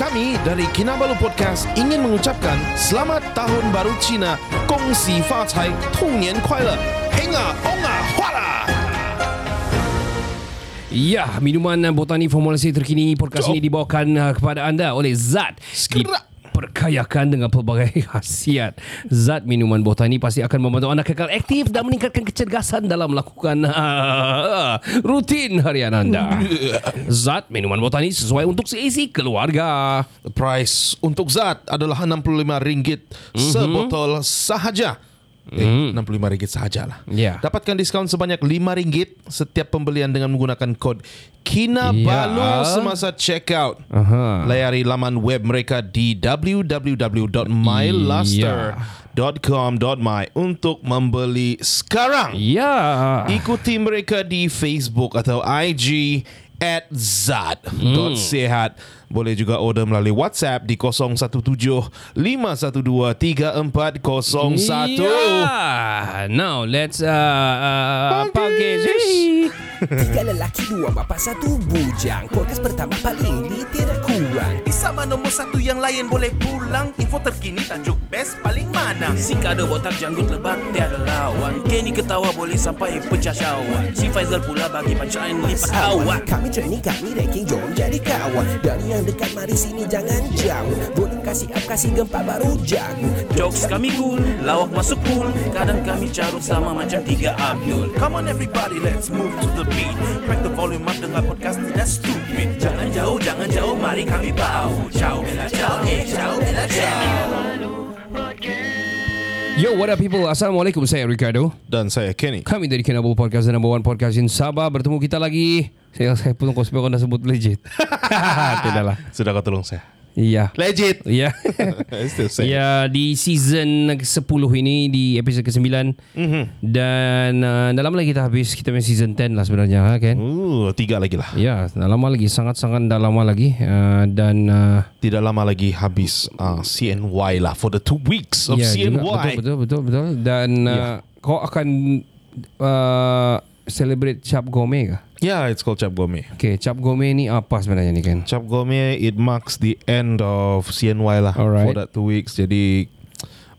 Kami dari Kinabalu Podcast ingin mengucapkan Selamat Tahun Baru Cina Kong Si Fa Cai Tu Nian Kuai Le Heng Ah Ong Ah Hua La Ya, minuman uh, botani formulasi terkini podcast Jom. ini dibawakan uh, kepada anda oleh Zat. Sekerak. Perkayakan dengan pelbagai khasiat Zat minuman botani pasti akan membantu anda kekal aktif Dan meningkatkan kecergasan dalam melakukan uh, rutin harian anda Zat minuman botani sesuai untuk seisi keluarga The price untuk zat adalah Mhm. RM65 sebotol sahaja Eh, RM65 sahaja lah Ya. Dapatkan diskaun sebanyak RM5 Setiap pembelian dengan menggunakan kod Kinabalu Ya. semasa check out Aha. Layari laman web mereka di www.myluster.com.my Untuk membeli sekarang Ya Ikuti mereka di Facebook atau IG at Zad hmm. Sehat Boleh juga order melalui WhatsApp di 017 512 3401 Ya. Now let's uh, uh, Panggil Tiga lelaki, dua bapa, satu bujang Podcast pertama paling ini tidak kurang Di sama nombor satu yang lain boleh pulang Info terkini tajuk best paling mana Si kada botak janggut lebat tiada lawan Kenny ketawa boleh sampai pecah syawak Si Faizal pula bagi pancaan lipat Awak awak Kami training, kami ranking Jom jadi kawan Dan yang dekat mari sini jangan jauh Boleh kasih up, kasih gempa baru jago Jokes kami cool, lawak masuk cool Kadang kami carut sama macam tiga Abdul Come on everybody, let's move to the beat Crack the volume up, dengar podcast tidak stupid Jangan jauh, jangan jauh, mari kami bau Ciao, bella, ciao, eh, ciao, bella, ciao Yo, what up people? Assalamualaikum, saya Ricardo. Dan saya Kenny Kami dari Kinabalu Podcast, the number one podcast in Sabah. Bertemu kita lagi. Saya saya pun kau sebab kau dah sebut legit. Tidaklah. Sudah kau tolong saya Iya. Legit Iya. It's the same. Ya, di season ke-10 ini, di episod ke-9. Dan uh, dalam lagi kita habis, kita punya season 10 lah sebenarnya, ha, kan? Uh, tiga lagi lah Ya, dah lama lagi. Sangat-sangat dah lama lagi. Uh, dan... Uh, Tidak lama lagi habis uh, CNY lah For the two weeks of Ya, CNY juga. Betul, betul, betul, betul. Dan uh, kau akan uh, celebrate Cap Gome kah? Yeah, it's called Cap Gome Okay, Cap Gome ni apa sebenarnya ni kan? Cap Gome It marks the end of CNY lah Alright. For that two weeks Jadi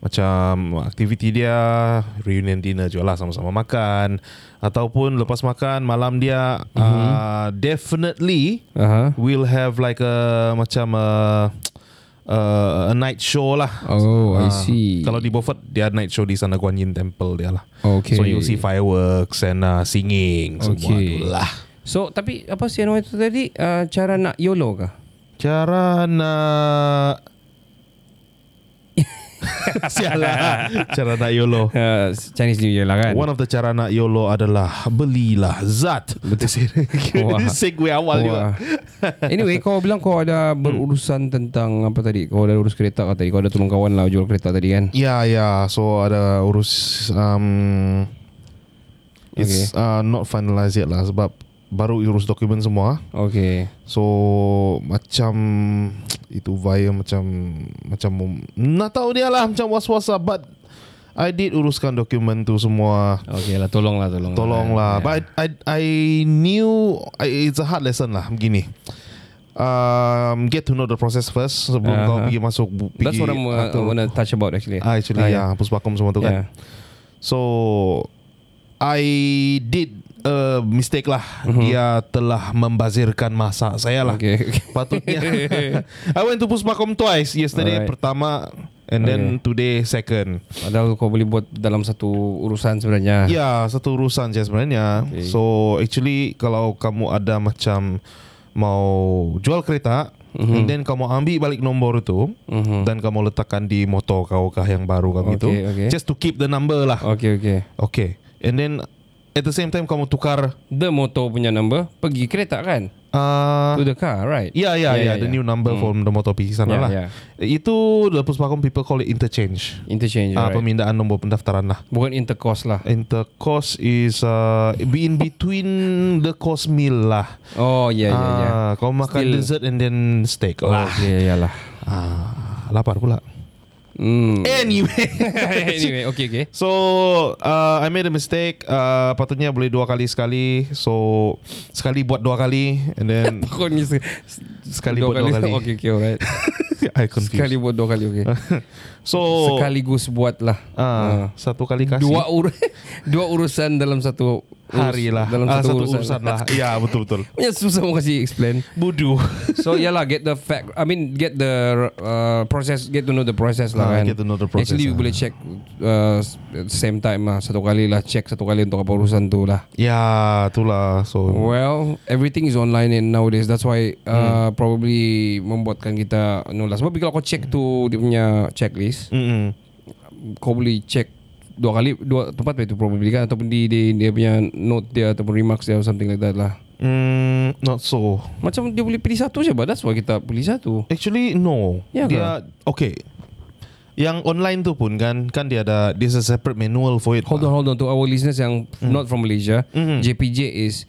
Macam Aktiviti dia Reunion dinner juga lah Sama-sama makan Ataupun lepas makan Malam dia Mhm. uh, Definitely Aha. We'll have like a Macam a, a, a night show lah Oh, Ah, I see. Kalau di Beaufort Dia night show di sana Guanyin Temple dia lah Okay. So you'll see fireworks And uh, singing Semua Okay. tu lah So, tapi apa si Anwar itu tadi? Uh, cara nak YOLO kah? Cara nak Sialah Cara nak lah. YOLO Uh, Chinese New Year lah kan? One of the cara nak YOLO adalah Belilah zat Betul Wah. Ini segue awal juga Wah. Hmm. Anyway, kau bilang kau ada berurusan tentang apa tadi? Kau ada urus kereta kah tadi? Kau ada tolong kawan lah jual kereta tadi kan? Ya ya So ada urus um, It's uh, not finalized yet lah Sebab Baru urus dokumen semua Okay. So Macam Itu via macam Macam Nak tahu dia lah Macam was-was lah But I did uruskan dokumen tu semua Okay lah, tolong lah, tolong. Tolonglah. But I, I, I knew I, it's a hard lesson lah begini. Um, get to know the process first sebelum uh-huh. kau Aha. pergi masuk bu- That's pergi what I'm uh, atur. wanna touch about actually. Ah, actually Ah, ya, yeah. puspakom semua tu kan. Yeah. So I did a mistake lah. Mm-hmm. Dia telah membazirkan masa saya lah. Okay, okay. Patutnya I went to Puspakom twice yesterday Alright. pertama and then today second. Padahal kau boleh buat dalam satu urusan sebenarnya. Ya, satu urusan je sebenarnya. Okay. Ah. Okay. So actually kalau kamu ada macam mau jual kereta Mhm. mm-hmm. and then kamu ambil balik nombor tu mm-hmm. dan kamu letakkan di motor kau kah yang baru kamu Okay, itu okay. Oh. just to keep the number lah. Okay, okay. Okay. And then at the same time kamu tukar The motor punya number pergi kereta kan? uh, To the car, right? Ya ya ya the new number mm. from the motor PC sana Ya, lah. ya. Itu the Puspakom people call it interchange. Interchange, Ah right? pemindaan nombor pendaftaran lah. Bukan intercourse lah. Intercourse is uh, be in between the course meal lah. Oh, ya, ya, ya. Ah, kau makan Still- dessert and then steak Oh, lah. ya, ya lah. Ah, lapar pula. Hmm. Anyway anyway, okay, okay. So uh, I made a mistake uh, Patutnya boleh dua kali sekali So Sekali buat dua kali And then Kau ni se- Sekali buat dua kali Okay, okay, alright. I confused Sekali buat dua kali, okay. So Sekaligus buat lah. uh, Satu kali kasih Dua ur dua urusan dalam satu urus- hari lah Dalam Ah, satu, urusan. lah Ya betul-betul Ya susah mau kasih explain. Budu So yeah lah, get the fact. I mean, get the uh, process, get to know the process lah Ah, kan. get to know the process, Actually, you ah. boleh check uh, at the same time lah, satu kali lah, check satu kali untuk apa urusan tu lah. Ya itulah Oh. So Well, everything is online and nowadays. That's why uh, probably membuatkan kita no lah. Sebab kalau kau check tu dia punya checklist, Mm-mm. kau boleh check dua kali dua tempat itu probably kan ataupun di, di dia punya note dia ataupun remarks dia or something like that lah. mm, Not so Macam dia boleh pilih satu je, but that's why kita pilih satu. Actually no Ya ke? Dia Okay Yang online tu pun kan Kan dia ada There's a separate manual for it Hold on, hold on to our listeners yang Hmm. not from Malaysia. JPJ is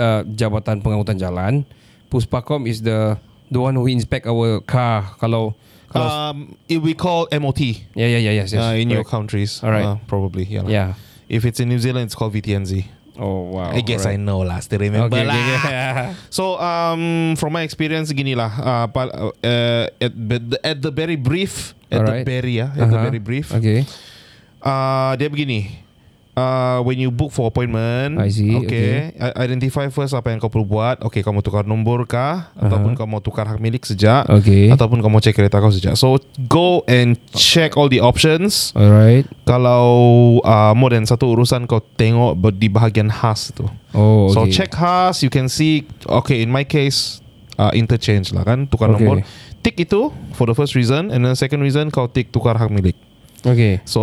uh, Jabatan Pengangkutan Jalan. Puspakom is the the one who inspect our car kalau kalau um, If we call MOT yeah yeah yeah yes yes. uh, in your correct. countries. Alright. Uh, probably. Yeah. lah. Yeah. If it's in New Zealand, it's called VTNZ. Oh wow. I guess I know lah. Still remember Okay, lah. okay, So um, from my experience, gini lah. Uh, pal- uh, at, the- at the very brief, at the Alright. very ya, at the Uh-huh. very brief. Okay. Uh, dia begini. Uh, when you book for appointment I see, okay, i- Identify first apa yang kau perlu buat Okay kau mau tukar nombor kah Ataupun kau mau tukar hak milik sejak Okay. Ataupun kau mau cek kereta kau sejak So go and check all the options Alright. Kalau uh, more than satu urusan kau tengok ber- di bahagian khas tu. Oh okay. So check khas, you can see okay in my case uh, interchange lah kan tukar Okay. nombor. Tick itu for the first reason and then second reason kau tick tukar hak milik. Okay. So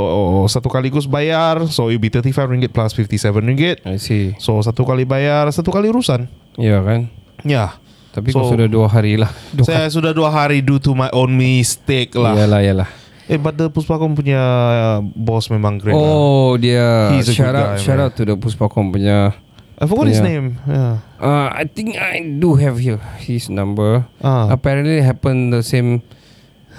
satu kaligus bayar so it'll be 35 ringgit plus 57 ringgit. I see. So satu kali bayar, satu kali urusan. Ya yeah, kan. Ya. Tapi So- kau sudah dua hari lah. Dua Saya sudah dua hari due to my own mistake lah. lah. Yalah yalah. Eh but the Puspakom punya uh, boss memang great lah. Oh dia He's a good shout out guy, shout man. out to the Puspakom punya. I forgot his yeah. name. Ya. Yeah. Uh, I think I do have here his number. Ah. Apparently happen the same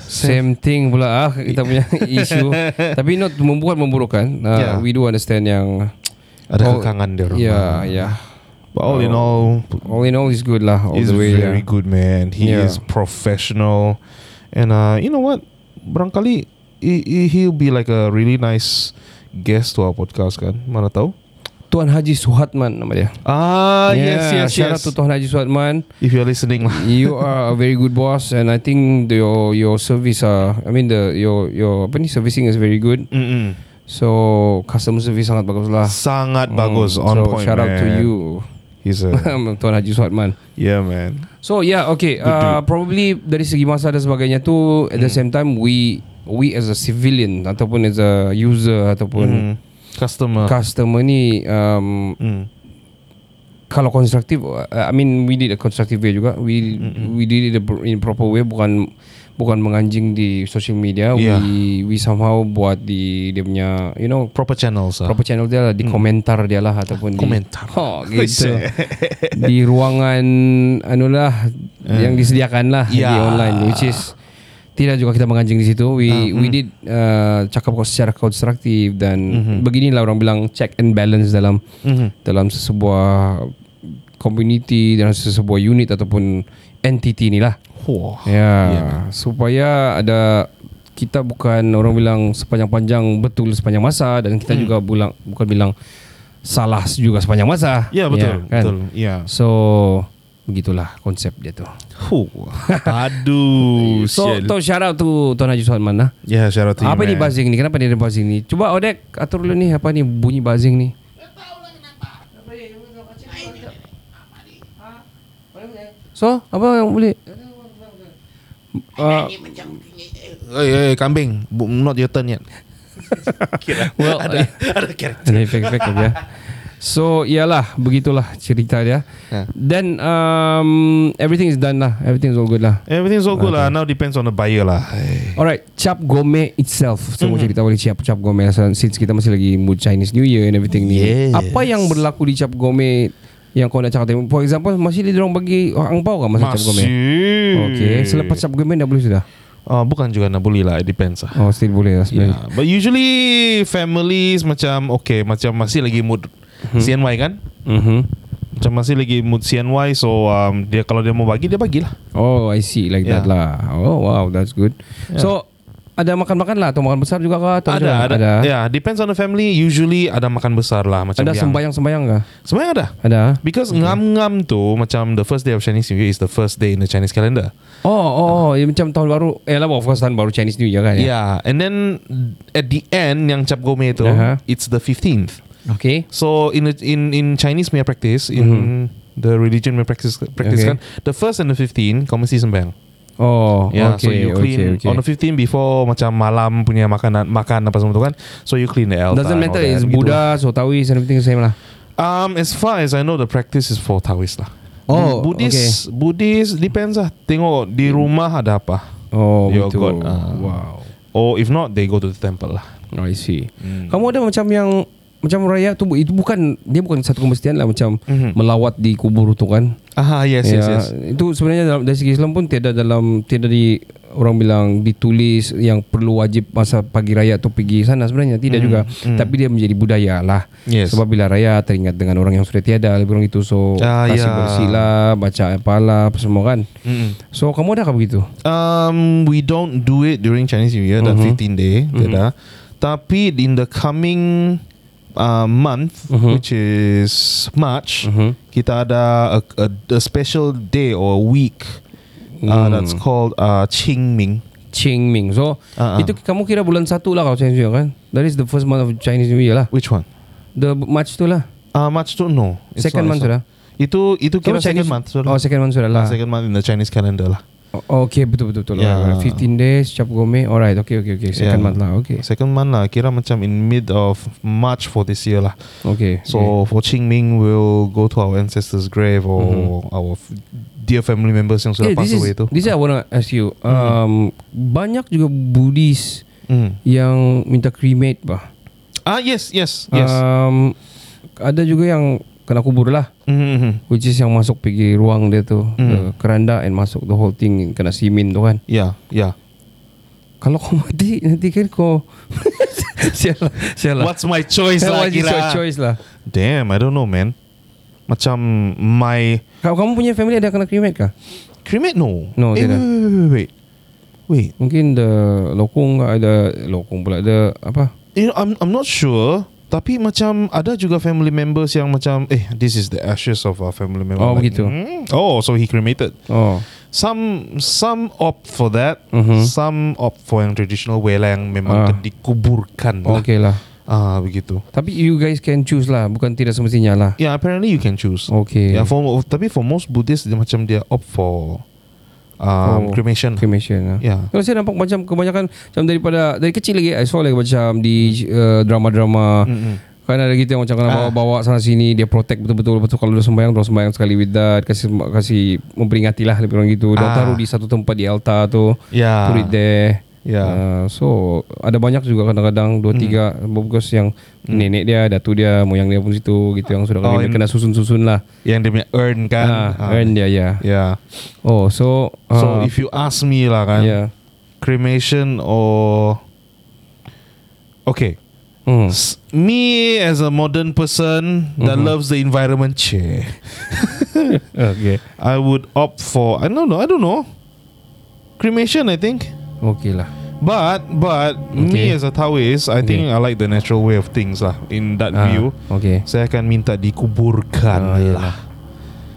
same thing pula ah kita punya issue. Tapi not membuat memburukkan. Uh, Yeah. We do understand yang Ada Oh, kekangan dia orang. ya ya. But all in all, All in all is good lah. All he's the way. very yeah. good man. He Yeah. is professional, and uh, you know what? Barangkali he, he- he'll be like a really nice guest to our podcast kan? Mana tahu? Tuan Haji Suhatman nama dia. Ah Yeah, Shout out to Tuan Haji Suhatman. If you're listening lah. you are a very good boss and I think the- your your service uh, I mean the your your apa ni servicing is very good. Mm-mm. So customer service sangat bagus lah. Sangat bagus Hmm, on so, point. Shout out to man. you. He's a Tuan Haji Suhatman. yeah man. So yeah, okay. Uh, probably dari segi masa dan sebagainya tu at the same time we we as a civilian ataupun as a user ataupun Mm. Customer. customer ni um, Mm. kalau konstruktif uh, I mean we did a constructive way juga we mm-hmm. we did it a pro- in proper way bukan bukan menganjing di social media Yeah. we we somehow buat di dia punya you know Proper channels. ah. proper channel dia lah di komentar dia lah ataupun Komentar. di, oh, gitu di ruangan anu lah Eh. yang disediakan lah di Yeah. online which is tidak juga kita menganjing di situ we Ah, we hmm. did uh, cakap secara konstruktif dan Mhm. beginilah orang bilang check and balance dalam Hmm. mm-hmm. dalam sesebuah community dalam sesebuah unit ataupun entity ni lah Wah. Ya, supaya ada kita bukan orang bilang sepanjang-panjang betul sepanjang masa dan Hmm. kita juga bulang, bukan bilang salah juga sepanjang masa. Ya betul. Ya, kan? Betul. Yeah. So begitulah konsep dia tu. Huh. Aduh. So, sial. so shout out to Tuan Haji Suhaid mana? Yeah, shout out to you, Apa ni man. buzzing ni? Kenapa dia ada buzzing ni? Cuba Odek atur dulu ni apa ni bunyi buzzing ni. So, apa yang boleh? Uh, Eh, eh, kambing. Bu- Not your turn yet. Kira. Oh, Well, ada, ada kira. Ada efek-efek dia. ya. So iyalah begitulah cerita dia. Yeah. Then um, everything is done lah. Everything is all good lah. Everything's all good lah. Now depends on the buyer lah. Eh. Alright, Cap Gome itself. So mm-hmm. cerita balik Cap Cap Gome lah. so, since kita masih lagi mood Chinese New Year and everything Yes. ni. Apa yang berlaku di Cap Gome yang kau nak cakap tadi? For example, masih dia orang bagi angpau ke masa Cap Gome? Masih. Okay, selepas Cap Gome dah boleh sudah. Uh, bukan juga nak bully lah It depends lah Oh still boleh lah Yeah. sebenarnya. But usually families macam okay macam masih lagi mood hmm. CNY kan? Yeah. Mm-hmm. Macam masih lagi mood CNY so um, dia kalau dia mau bagi dia bagilah. Oh I see like yeah. that Yeah. lah. Oh wow that's good. Yeah. So ada makan-makan lah atau makan besar juga kah? Atau ada, macam mana? ada ada. Yeah, depends on the family. Usually ada makan besar lah macam Ada yang. sembayang-sembayang kah? Sembahyang ada. Ada. ah? Because ngam-ngam tu macam the first day of Chinese New Year is the first day in the Chinese calendar. Oh oh, oh. Ya, macam tahun baru. Eh lah of course tahun baru Chinese New Year kan. ya? Yeah, Uh-huh. and then at the end yang cap gome tu Aha. it's the 15th. Okay. So in the- in in Chinese punya practice in the religion punya practice practice Mm-hmm. Okay. kan the first and the 15 kau mesti sembahyang. Oh Yeah, okay, so you clean okay, okay. on the 15 before macam malam punya makanan makan apa semua tu kan. So you clean the altar. Doesn't and matter all that, is begitu. Buddha, Sotawi, and everything same lah. Um, as far as I know, the practice is for Taoist lah. Oh, Hmm. Buddhist, Buddhist depends lah. Tengok di rumah ada apa. Oh Your begitu. God, ah. Wow. Or if not, they go to the temple lah. Oh, I see. Hmm. Kamu ada macam yang macam raya tu bu- itu bukan dia bukan satu kemestian lah macam Mhm. melawat di kubur tu kan. Ah, yes, yes, yes. Itu sebenarnya dalam dari segi Islam pun tiada dalam tiada di orang bilang ditulis yang perlu wajib masa pagi raya tu pergi sana sebenarnya tidak juga tapi dia menjadi budaya lah. Hmm, Yes. Sebab bila raya teringat dengan orang yang sudah tiada lebih kurang itu so Ah, kasih ya. bersih lah baca apalah apa semua kan. Mm-mm. So kamu ada ke begitu? Um, we don't do it during Chinese New Year, that Mm-hmm. 15 day, tiada. Tapi in the coming uh, month, Mm-hmm. which is March, kita ada a, a, a special day or week uh, Mm. that's called uh, Qingming. Qingming. So Ah, ah. itu kamu kira bulan satu lah kalau Chinese New Year kan? That is the first month of Chinese New Year lah. Which one? The March tu lah. Uh, March tu no. It's Second not, month it's not. sudah. Itu itu kira Kamu second Chinese- month sudah. Oh second month sudah lah. Second month in the Chinese calendar lah. Oh, okay betul betul betul. Yeah. Yeah. 15 days cap gome. Alright. Okay okay okay. Yeah. Second month lah. Okay. Second month lah kira macam in mid of March for this year lah. Okay. okay. So for Qingming we'll go to our ancestors grave or our f- dear family members yang sudah Mm-hmm. Eh, this pass is away tu. Hmm. this is I wanna ask you. Um, banyak juga Buddhis Mm. yang minta cremate bah. Ah yes, yes, yes. Um, ada juga yang kena kubur lah. Mhm, mhm. Which is yang masuk pergi ruang dia tu Hmm. the Keranda and masuk the whole thing Kena simin tu kan Yeah, yeah. Kalau kau mati Nanti kan kau lah, Sialah Sialah What's my choice lah What is your kira? choice lah Damn, I don't know man. Macam my Kau kamu punya family ada kena cremate kah? cremate no. No, eh, wait, tidak. wait, wait, wait. Wait, Mungkin the lokong ke ada lokong pula ada apa? You know, eh, I'm I'm not sure. Tapi macam ada juga family members yang macam eh this is the ashes of our family member. Oh, Like, begitu. "Hmm? Oh, so he cremated. Oh. Some some opt for that. Mhm. Some opt for yang traditional way lah yang Ah. memang ke- dikuburkan lah. Okay lah. Ah begitu. Tapi you guys can choose lah, bukan tidak semestinya lah. Yeah, apparently you can choose. Okay. Yeah, Ya, for tapi for most Buddhists dia macam dia opt for Oh, um, cremation. Cremation lah. Yeah. Kalau saya nampak macam kebanyakan macam daripada dari kecil lagi I saw lagi macam di uh, drama-drama Mm-mm. kan ada gitu yang macam kena Ah. bawa-bawa sana sini dia protect betul-betul lepas tu kalau dah sembahyang dah sembahyang sekali with that kasih kasih memperingati lah lebih kurang gitu dah Ah. taruh di satu tempat di altar tu Yeah. put it there Yeah. Uh, so ada banyak juga kadang-kadang Hmm. dua tiga bagus yang nenek dia, datu dia, moyang dia pun situ gitu yang sudah Oh, kena, in- kena susun-susun lah. Yang dia punya earn kan. Ah, Ah, kan dia ya. Yeah. Oh, so ya. So if you ask me lah kan. yeah. cremation or okay Hmm. S- me as a modern person that Mm-hmm. loves the environment che, Okay. i would opt for i don't know i don't know cremation i think Okay lah. but but me Okay. as a taoist i think Okay. i like the natural way of things lah in that Ah, view Okay. saya akan minta dikuburkan Ah, lah yelah.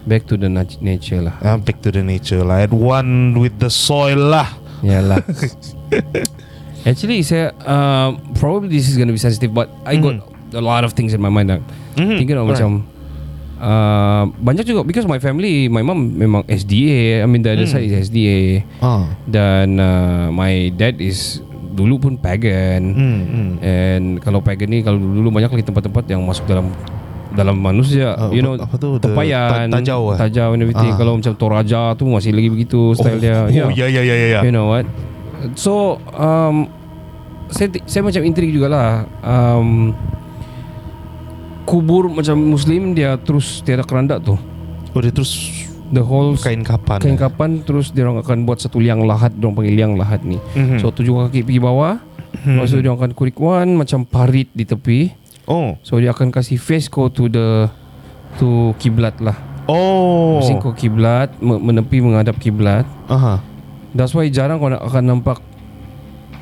Back to the nat- nature lah. Ah, back to the nature lah at one with the soil lah Yalah. Actually, saya uh, probably this is gonna be sensitive, but I got a lot of things in my mind. Lah. Mhm, Thinking of Hmm. alright. macam uh, banyak juga because my family, my mom memang SDA. I mean Hmm. the other side is SDA. ah Dan uh, my dad is dulu pun pagan. mm, mm. And kalau pagan ni kalau dulu banyak lagi tempat-tempat yang masuk dalam dalam manusia, Ah, you know, apa- apa tu? The tepayan, ta- tajau eh? tajau and everything. Ah. Kalau macam Toraja tu masih lagi begitu style dia. Ya. oh, oh Yeah. yeah yeah yeah yeah, yeah. You know what? So um, saya saya macam intrigue jugalah. Um, kubur macam muslim dia terus tiada keranda tu. oh dia terus the whole Kain kapan eh? kain kapan terus dia orang akan buat satu liang lahat dia orang panggil liang lahat ni Mhm. so tujuh kaki pergi bawah lepas tu dia akan kurikuan macam parit di tepi Oh so dia akan kasih face kau to the to kiblat lah Oh pusing kau kiblat me- menepi menghadap kiblat Aha that's why jarang kau nak, akan nampak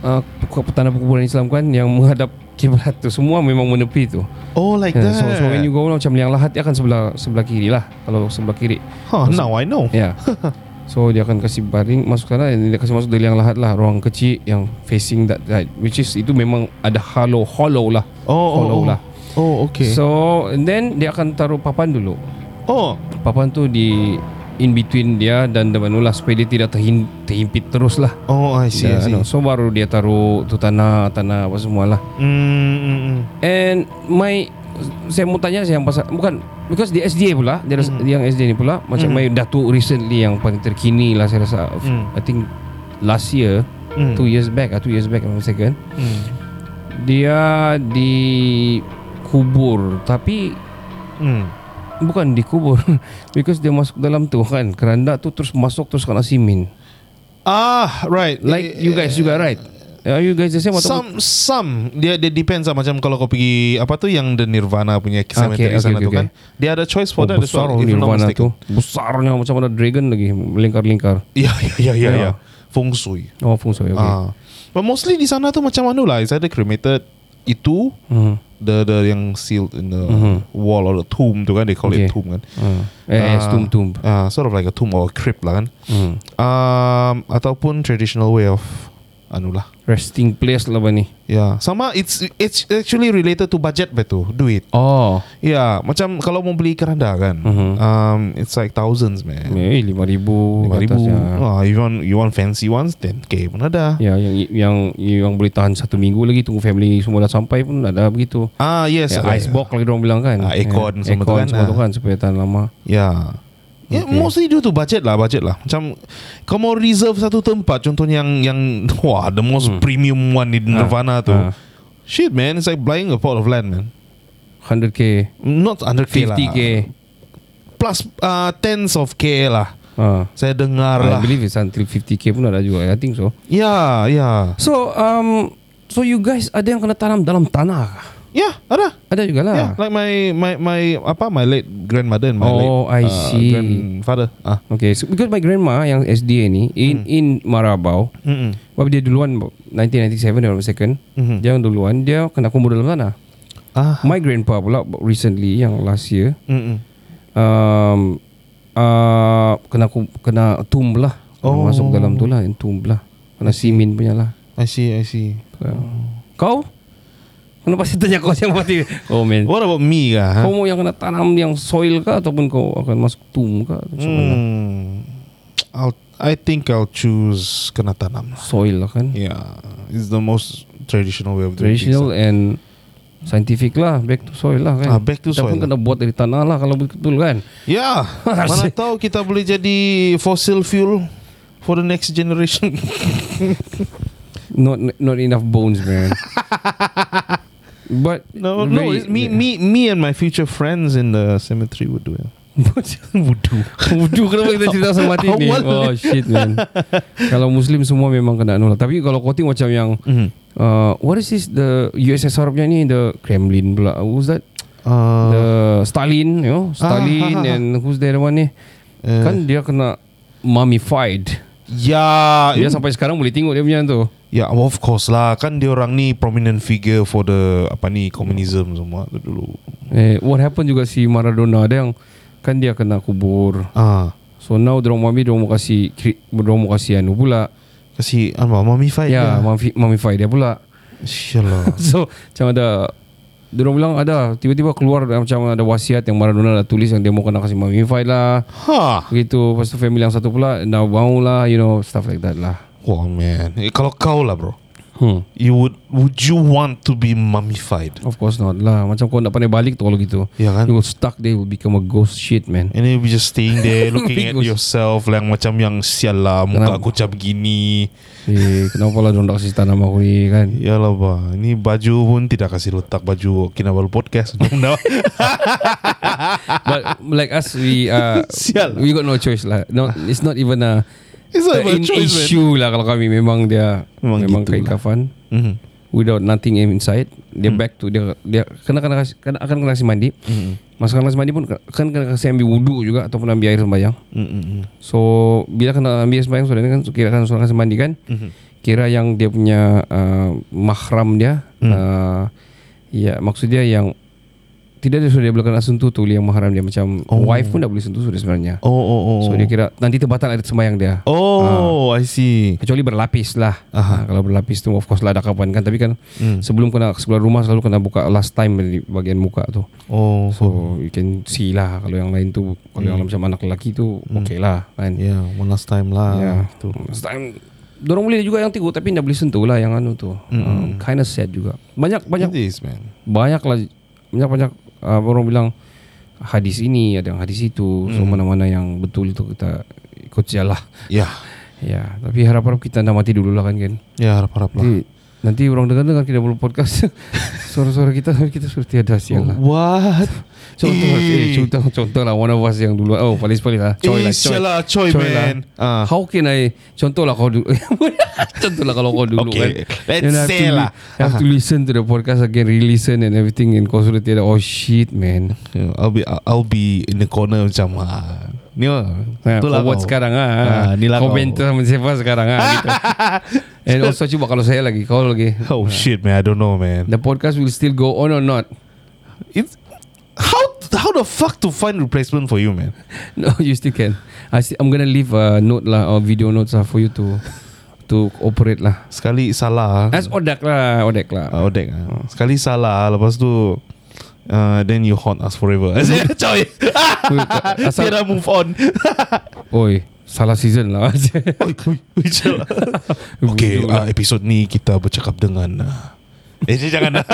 uh, puk- tanda perkuburan Islam kan yang menghadap kiblat tu semua memang menepi tu Oh like Yeah, that so, so when you go macam liang lahat dia akan sebelah sebelah kiri lah kalau sebelah kiri Huh now I know Ya. So dia akan kasih baring masuk sana dia kasih masuk dari yang lahat lah ruang kecil yang facing that side which is itu memang ada hollow hollow lah. Oh oh, Follow oh. lah. Oh okay So and then dia akan taruh papan dulu. Oh Papan tu di in between dia dan depan lah supaya dia tidak terhin, terhimpit terus lah. Oh I see, I Dan, see. anu, so baru dia taruh tu tanah tanah apa semua lah. Mm, mm, mm. And my saya mau tanya saya yang pasal bukan because di SDA pula dia Mm-hmm. mm. yang SDA ni pula macam Mm. my datuk recently yang paling terkini lah saya rasa Mm. I think last year Mm. two years back atau two years back if I'm not mistaken Mm. dia dikubur tapi Mm. bukan dikubur because dia masuk dalam tu kan keranda tu terus masuk terus kena simin Ah right like Eh, you guys juga right are you guys the same atau Some some dia dia depends lah macam kalau kau pergi apa tu yang the Nirvana punya cemetery Okay, okay, sana okay, Oh, tu kan. Dia ada choice for that as besar well, if I'm not Nirvana mistaken. tu besarnya macam ada dragon lagi lingkar-lingkar Ya ya ya ya Ya. ya. Feng Shui. oh feng shui okay. Ah. But mostly di sana tu macam anu lah, it's either cremated itu Mhm. the the yang sealed in the wall or the tomb tu kan they call Mm-hmm. Okay. it tomb kan. Hmm. Eh, Ah, stum tum. ah, sort of like a tomb or a crypt lah kan. Hmm. Um, ataupun traditional way of anu lah. Resting place lah ba ni. Ya, sama it's it's actually related to budget betul, duit. Oh. Ya, macam kalau mau beli keranda kan, Mhm. um, it's like thousands man. Eh, lima ribu. Lima ribu. Oh. Ya. Wah, Ah, you want you want fancy ones, then k pun ada. ya, yang yang yang boleh tahan satu minggu lagi tunggu family semua dah sampai pun ada begitu. Ah yes, Ya, ada. ice box lagi orang bilang kan. Ah, aircon ya, semua tu aircon kan, semua tu ah. kan supaya tahan lama. Ya. Ya, Okay. mostly due to budget lah, budget lah. Macam kau mau reserve satu tempat, contohnya yang yang wah the most premium one in Hmm. Ah, Nirvana tu. ah. Shit man, it's like buying a plot of land man. lah. 100k, Not 100k lah. 50k. Plus uh, tens of k lah. Ah. Saya dengar I lah. believe it's until 50k pun ada juga. I think so. Ya, ya. So, um so you guys ada yang kena tanam dalam tanah? kah? Ya, ada. Ada juga lah. Yeah, like my my my apa my late grandmother and my late uh, Oh, I see. grandfather. Ah. Okay, so because my grandma yang SDA ni in in Marabau, Mm-mm. Sebab dia duluan 1997 dalam second Mhm. Dia yang duluan Dia kena kubur dalam tanah Ah. My grandpa pula Recently yang last year Mm-mm. um, uh, Kena ku- kena tomb lah Kena Oh. Masuk dalam tu lah yang Tomb lah Kena simin punya lah I see, I see. Oh. Kau? Kenapa saya tanya kau siapa mati? Oh man What about me kah? ha? Kau mau yang kena tanam yang soil ke Ataupun kau akan masuk tomb ke Atau macam mana? Hmm. I'll I think I'll choose kena tanam. lah. Soil lah kan Yeah, it's the most traditional way of doing Traditional things. and scientific lah Back to soil lah kan Ah, back to Kita pun soil. kena buat dari tanah lah Kalau betul kan Yeah, mana tahu kita boleh jadi fossil fuel for the next generation. not not enough bones, man. But no, no, it's me, me, me and my future friends in the cemetery would do it. Wudu Wudu kenapa kita cerita sama mati ni Awal. Oh shit man Kalau muslim semua memang kena nolak Tapi kalau koting macam yang Mhm. uh, What is this The USSR punya ni The Kremlin pula Who's that Uh, The Stalin you know ah, Stalin ah. and Who's that one ni Eh. Kan dia kena Mummified yeah, Dia sampai sekarang boleh tengok dia punya tu Ya yeah, of course lah Kan dia orang ni Prominent figure for the Apa ni Communism semua tu dulu eh, What happened juga si Maradona Dia yang Kan dia kena kubur Ah So now dorong mami dorong mau kasih kri- dorong mau kasih anu pula. Kasi kan, Apa Mummified Ya, mami mami fai dia pula. Insyaallah So macam ada dorong bilang ada tiba-tiba keluar dah macam ada wasiat yang Maradona dah tulis yang dia mau kena kasih mami fai lah. Ha Begitu lepas tu family yang satu pula dah mau lah you know stuff like that lah. Wah man eh, Kalau kau lah bro Hmm. you would would you want to be mummified? Of course not lah. Macam kau nak pandai balik tu kalau gitu. Ya kan? You will stuck there, you will become a ghost shit man. And then you'll be just staying there looking at Because- yourself like macam yang sial lah muka Kenapa? aku macam gini. eh, kenapa lah diorang tak kasih tanam aku ni kan? Yalah ba, ini baju pun tidak kasih letak baju Kinabalu podcast. No, no. But like us, we uh, Sial. we got no choice lah. No, it's not even a, It's not a even a in- choice, man. issue lah kalau kami memang dia Memang memang, memang gitu kain lah. Hmm. kafan Mhm. without nothing inside. Dia back to dia dia kena kena kasi, kena akan kena kasi mandi. Hmm. Masa kena kasi mandi pun kan kena kasi ambil wudu juga ataupun ambil air sembahyang. Mm-mm. So bila kena ambil sembahyang sudah kan kira kan sudah kasi mandi kan. Mhm. Kira yang dia punya uh, mahram dia Mhm. uh, ya maksud dia yang tidak ada sudah dia boleh kena sentuh tu yang mahram dia macam oh. wife pun tak boleh sentuh sudah sebenarnya. Oh, oh, oh. So dia Ah. kira nanti terbatal ada sembahyang dia. oh, I see. Kecuali berlapis lah ha, Kalau berlapis tu Of course lah ada kapan kan Tapi kan hmm. Sebelum kena sebelah rumah Selalu kena buka last time Di bagian muka tu Oh, Hmm. So you can see lah Kalau yang lain tu Kalau yang macam anak lelaki tu Okay lah kan yeah, one last time lah. Ya. Tu. Last time Dorong boleh juga yang tigo Tapi tak boleh sentuh lah Yang anu tu hmm. Kinda sad juga Banyak banyak It is, man. banyak lah banyak banyak uh, orang bilang hadis ini ada yang hadis itu so mana-mana yang betul itu kita ikut jalan Yeah, ya tapi harap-harap kita nak mati dulu lah kan kan yeah, harap-harap lah. nanti, nanti orang dengar-dengar kita belum podcast suara-suara kita kita sudah tiada sial Oh. lah What? contoh eh, contoh contoh lah one of us yang dulu oh paling-paling lah coy Eh, lah sial lah, coy, man. Ah. lah. how can I contoh lah kau dulu contoh lah kalau kau dulu Okay, kan let's Then I have to say li- lah. I have to listen to the podcast again re-listen and everything and kau sudah tiada oh shit man Yeah, I'll be I'll be in the corner macam ah. Ni lah. Ha, tu kau lah buat kau. sekarang ah. Ah, ni lah kau kau. bentar sama siapa sekarang ah gitu. And also cuba kalau saya lagi, kau lagi. Oh shit, man. I don't know, man. The podcast will still go on or not? It's how how the fuck to find replacement for you, man? No, you still can. I still, I'm gonna leave a note lah or video notes lah for you to to operate lah. Sekali salah. As odak lah, odak lah. Ah, Odek ah. Sekali salah Lepas tu uh, Then you haunt us forever I said coy Asal- Tiada move on Oi, salah season lah. Okay uh, Episod ni kita bercakap dengan uh, Eh dia jangan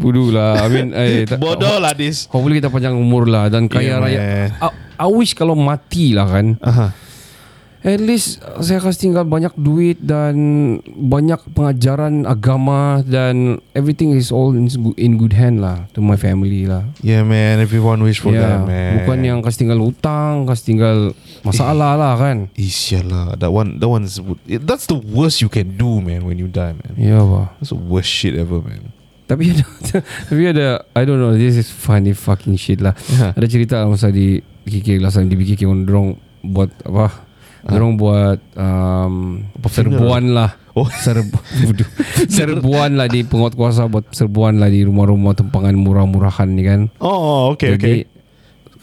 Bodoh lah. I mean, eh, tak- Bodoh lah this Hopefully kita panjang umur lah dan Yeah, kaya raya. man. Uh-huh. I, I wish kalau mati lah kan. Aha. At least uh, saya kasih tinggal banyak duit dan banyak pengajaran agama dan everything is all in good, in good hand lah to my family lah. Ya, Yeah man Everyone wish for that man bukan yang kasih tinggal hutang, kasih tinggal masalah lah kan. Isyala That one That one's That's the worst you can do man When you die man Ya bah. That's the worst shit ever man Tapi ada Tapi ada I don't know This is funny fucking shit lah Ya. Ada cerita lah Masa di KK Last time di BKK Orang buat Apa Orang buat um, Serbuan lah Oh. Serbu, bodoh. serbuan lah Di penguat kuasa Buat serbuan lah Di rumah-rumah Tempangan murah-murahan ni kan Oh okay okay Jadi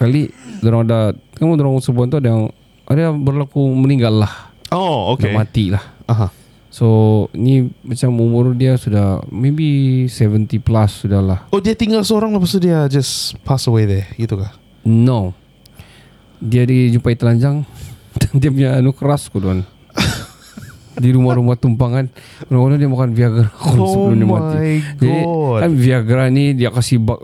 Sekali Orang ada Kamu orang serbuan tu Ada yang Ada yang berlaku meninggal lah Oh okay. okay Mati lah Aha. So ni macam umur dia sudah maybe 70 plus sudah lah Oh dia tinggal seorang Lepas tu dia just Pass away there Gitu kah No Dia dijumpai telanjang Dia punya anu keras kot tuan Di rumah-rumah tumpangan Orang-orang dia makan Viagra kot Oh Sebelum dia mati my Jadi god. kan Viagra ni Dia kasih bak,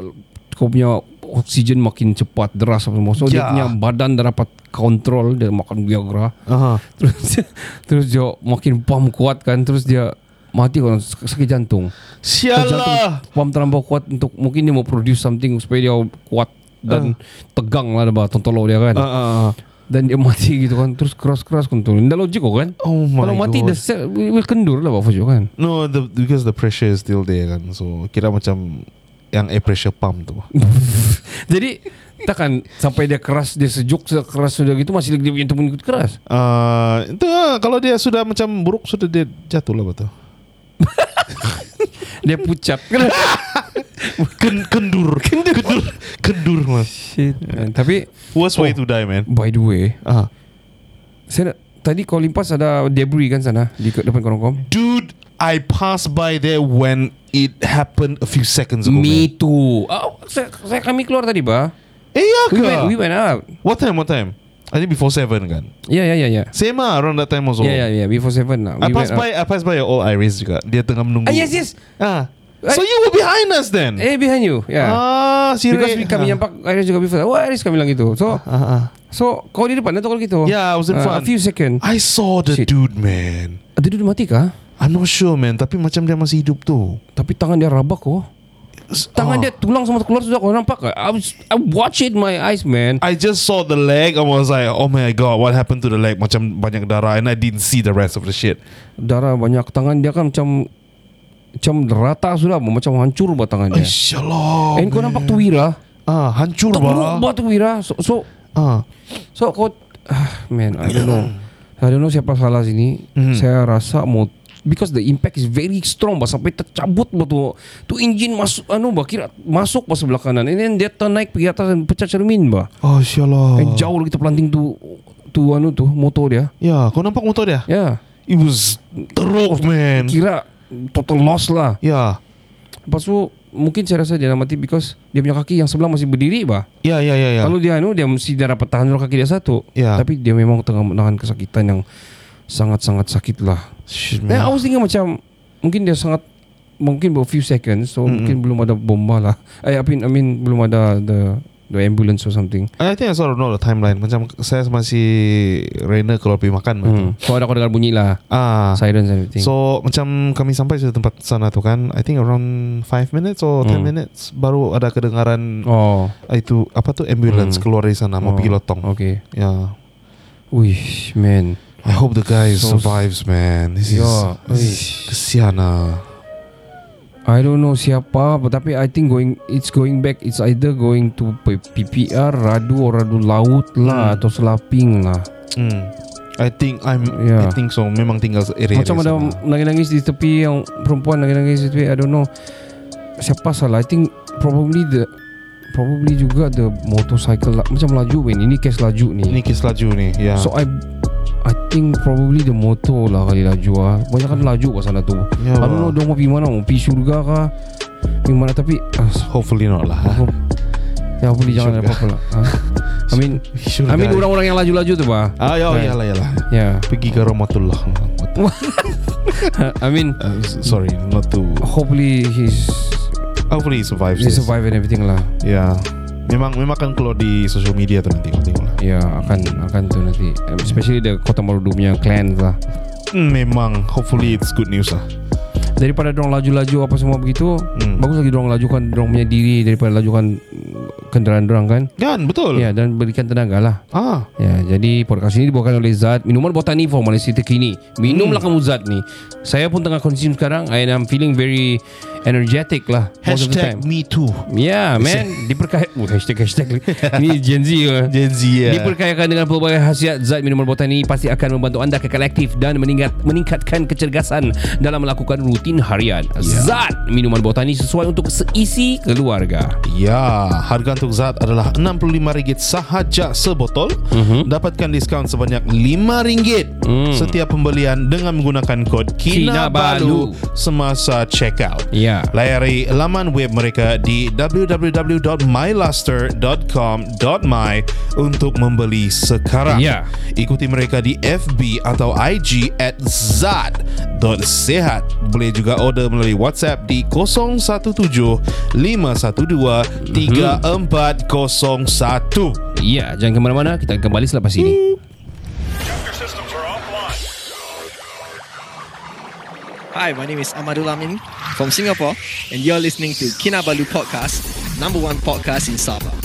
Kau punya oksigen makin cepat Deras apa semua So dia Ya. punya badan dah dapat kontrol Dia makan Viagra Aha. Terus Terus dia makin pump kuat kan Terus dia mati kan sakit jantung Sialah. Pump terlampau kuat untuk mungkin dia mau produce something supaya dia kuat dan tegang lah bah tontolo dia kan. Ah, ah, ah. Dan dia mati gitu kan terus keras-keras kontrol. Tidak logik kok kan? Oh my Kalau mati God. the cell will kendur lah bah Fujo kan. No, the, because the pressure is still there kan. So kira macam yang air pressure pump tu. Jadi takkan sampai dia keras dia sejuk keras sudah gitu masih dia punya tubuh ikut keras. Ah, itu lah, kalau dia sudah macam buruk sudah dia jatuh lah betul. Dia pucat. kan? Ken, kendur, kendur, kendur, kendur mas. Shit. Man. Tapi Worst way to Oh. die man. by the way, Ah, saya nak, tadi kau limpas ada debris kan sana di ke- depan korang kom. dude, I passed by there when it happened a few seconds ago. Me too. Oh, Ah, saya, saya kami keluar tadi bah. Man. Eh ya We ke? went, Ya, we went out. What time? What time? I think before seven kan. Yeah, yeah, yeah, yeah. Same lah around that time also. Yeah, yeah, yeah. Before seven lah. I We passed went uh, by I passed by your old Iris juga. Dia tengah menunggu. Ah, yes, yes. Ah. I- So you were behind us then. out. Eh, behind you. Yeah. Hmm. Ah, si Because Ray- we kami ah. nampak Iris juga before. Oh, Iris kami bilang gitu. So, Ah, ah. so kau di depan atau kau gitu? Yeah, I was in Ah, front. A few second. I saw the Shit. dude man. Dia duduk mati kah? I'm not sure man, tapi macam dia masih hidup tu. Tapi tangan dia rabak kau. Ah. Tangan dia tulang sama keluar sudah kau nampak kah? I was I watch it my eyes man. I just saw the leg. I was like, oh my god, what happened to the leg? Macam banyak darah, and I didn't see the rest of the shit. Darah banyak tangan dia kan macam macam rata sudah macam hancur buat tangan dia. Insyaallah. And Iya. Eh, kau nampak tu Wira. Ah, hancur Teruk bah. buat tu Wira. So, so Ah, So kau ah, Man I don't know I don't know siapa salah sini Hmm. Saya rasa mau Because the impact is very strong bah, Sampai tercabut bah, tu, tu enjin masuk anu bah, kira Masuk bah, sebelah kanan And then dia ternaik pergi atas Dan pecah cermin bah. oh insyaallah. And Eh, jauh lagi terpelanting tu Tu anu tu Motor dia Ya, kau nampak motor dia? Ya It was teruk man. Kira Total loss lah Ya, Lepas tu Mungkin saya rasa dia dah mati Because Dia punya kaki yang sebelah masih berdiri bah. ya, ya, ya, ya. Kalau dia anu dia mesti dia dapat tahan dulu kaki dia satu. Ya. Tapi dia memang tengah menahan kesakitan yang sangat-sangat sakit lah. Shit, Yeah. man. I was thinking macam mungkin dia sangat mungkin baru few seconds so Hmm, mm-hmm. mungkin belum ada bomba lah. I, I mean I mean belum ada the the ambulance or something. I think I sort of know the timeline. Macam saya masih Reina kalau pergi makan. man. Hmm. So ada kau dengar bunyi lah Ah, sirens and everything. So macam kami sampai ke tempat sana tu kan I think around 5 minutes or 10 Hmm. minutes Baru ada kedengaran oh itu Apa tu ambulance Hmm. keluar dari sana Ya. Mau Oh, pergi lotong okay. Yeah Wish man. I hope the guy So- survives man This is, Yeah. this is Kesian ah. lah I don't know siapa but tapi I think going it's going back it's either going to P- PPR Radu or Radu Laut lah atau Selaping lah. hmm. I think I'm I Yeah. think so Memang tinggal area Macam area ada sana. nangis-nangis di tepi yang perempuan nangis-nangis di tepi. I don't know siapa salah. I think probably the probably juga the motorcycle lah. macam laju win. Ini case laju Ni ni. kes laju ni ya. yeah. So I I think probably the motor lah kali laju ah. Banyak kan laju kat sana tu. yeah, I don't know well, dia mau pergi mana, mau pergi syurga kah? Pergi mana tapi ah, s- Hopefully not lah ya boleh jangan Syurga. ada apa-apa lah. Ah. I mean Sure I mean guy. orang-orang yang laju-laju tu bah. Ah ya, oh, yalah yalah Ya. Pergi ke Rahmatullah Yeah. I mean uh, s- Sorry not to hopefully he's Hopefully he survives He this. survive and everything lah. Ya. Memang memang akan keluar di social media tu nanti kau tengok lah. Ya akan akan tu nanti Um, Especially the Kota Marudu punya clan lah Hmm, memang hopefully it's good news lah. Daripada dorong laju-laju apa semua begitu Hmm. Bagus lagi dorong lajukan dorong punya diri Daripada lajukan kendaraan dorong kan Kan betul. Ya dan berikan tenaga lah Ah, Ya jadi podcast ini dibawakan oleh Zat Minuman botani for Malaysia terkini Hmm. Minumlah kamu Zat ni Saya pun tengah konsum sekarang And I'm feeling very energetic lah most of the time. hashtag me too. Ya yeah, man Diperkaya oh, Hashtag hashtag Ni Gen Z lah. ke Gen Z ya. Diperkayakan dengan pelbagai khasiat zat minuman botani pasti akan membantu anda kekal aktif dan meningkat, meningkatkan kecergasan dalam melakukan rutin harian. Zat minuman botani sesuai untuk seisi keluarga. Ya, harga untuk Zat adalah RM65 sahaja sebotol. Dapatkan diskaun sebanyak RM5 setiap pembelian dengan menggunakan kod Kinabalu. KINABALU semasa check out. Ya. Layari laman web mereka di www.myluster.com.my untuk membeli sekarang. Ya. Ikuti mereka di FB atau IG at zat.sehat. Boleh juga order melalui WhatsApp di 017 512 Mhm. 3401. Ya, jangan ke mana-mana, kita akan kembali selepas ini. Hi, my name is Amadul Amin from Singapore, and you're listening to Kinabalu Podcast, number one podcast in Sabah.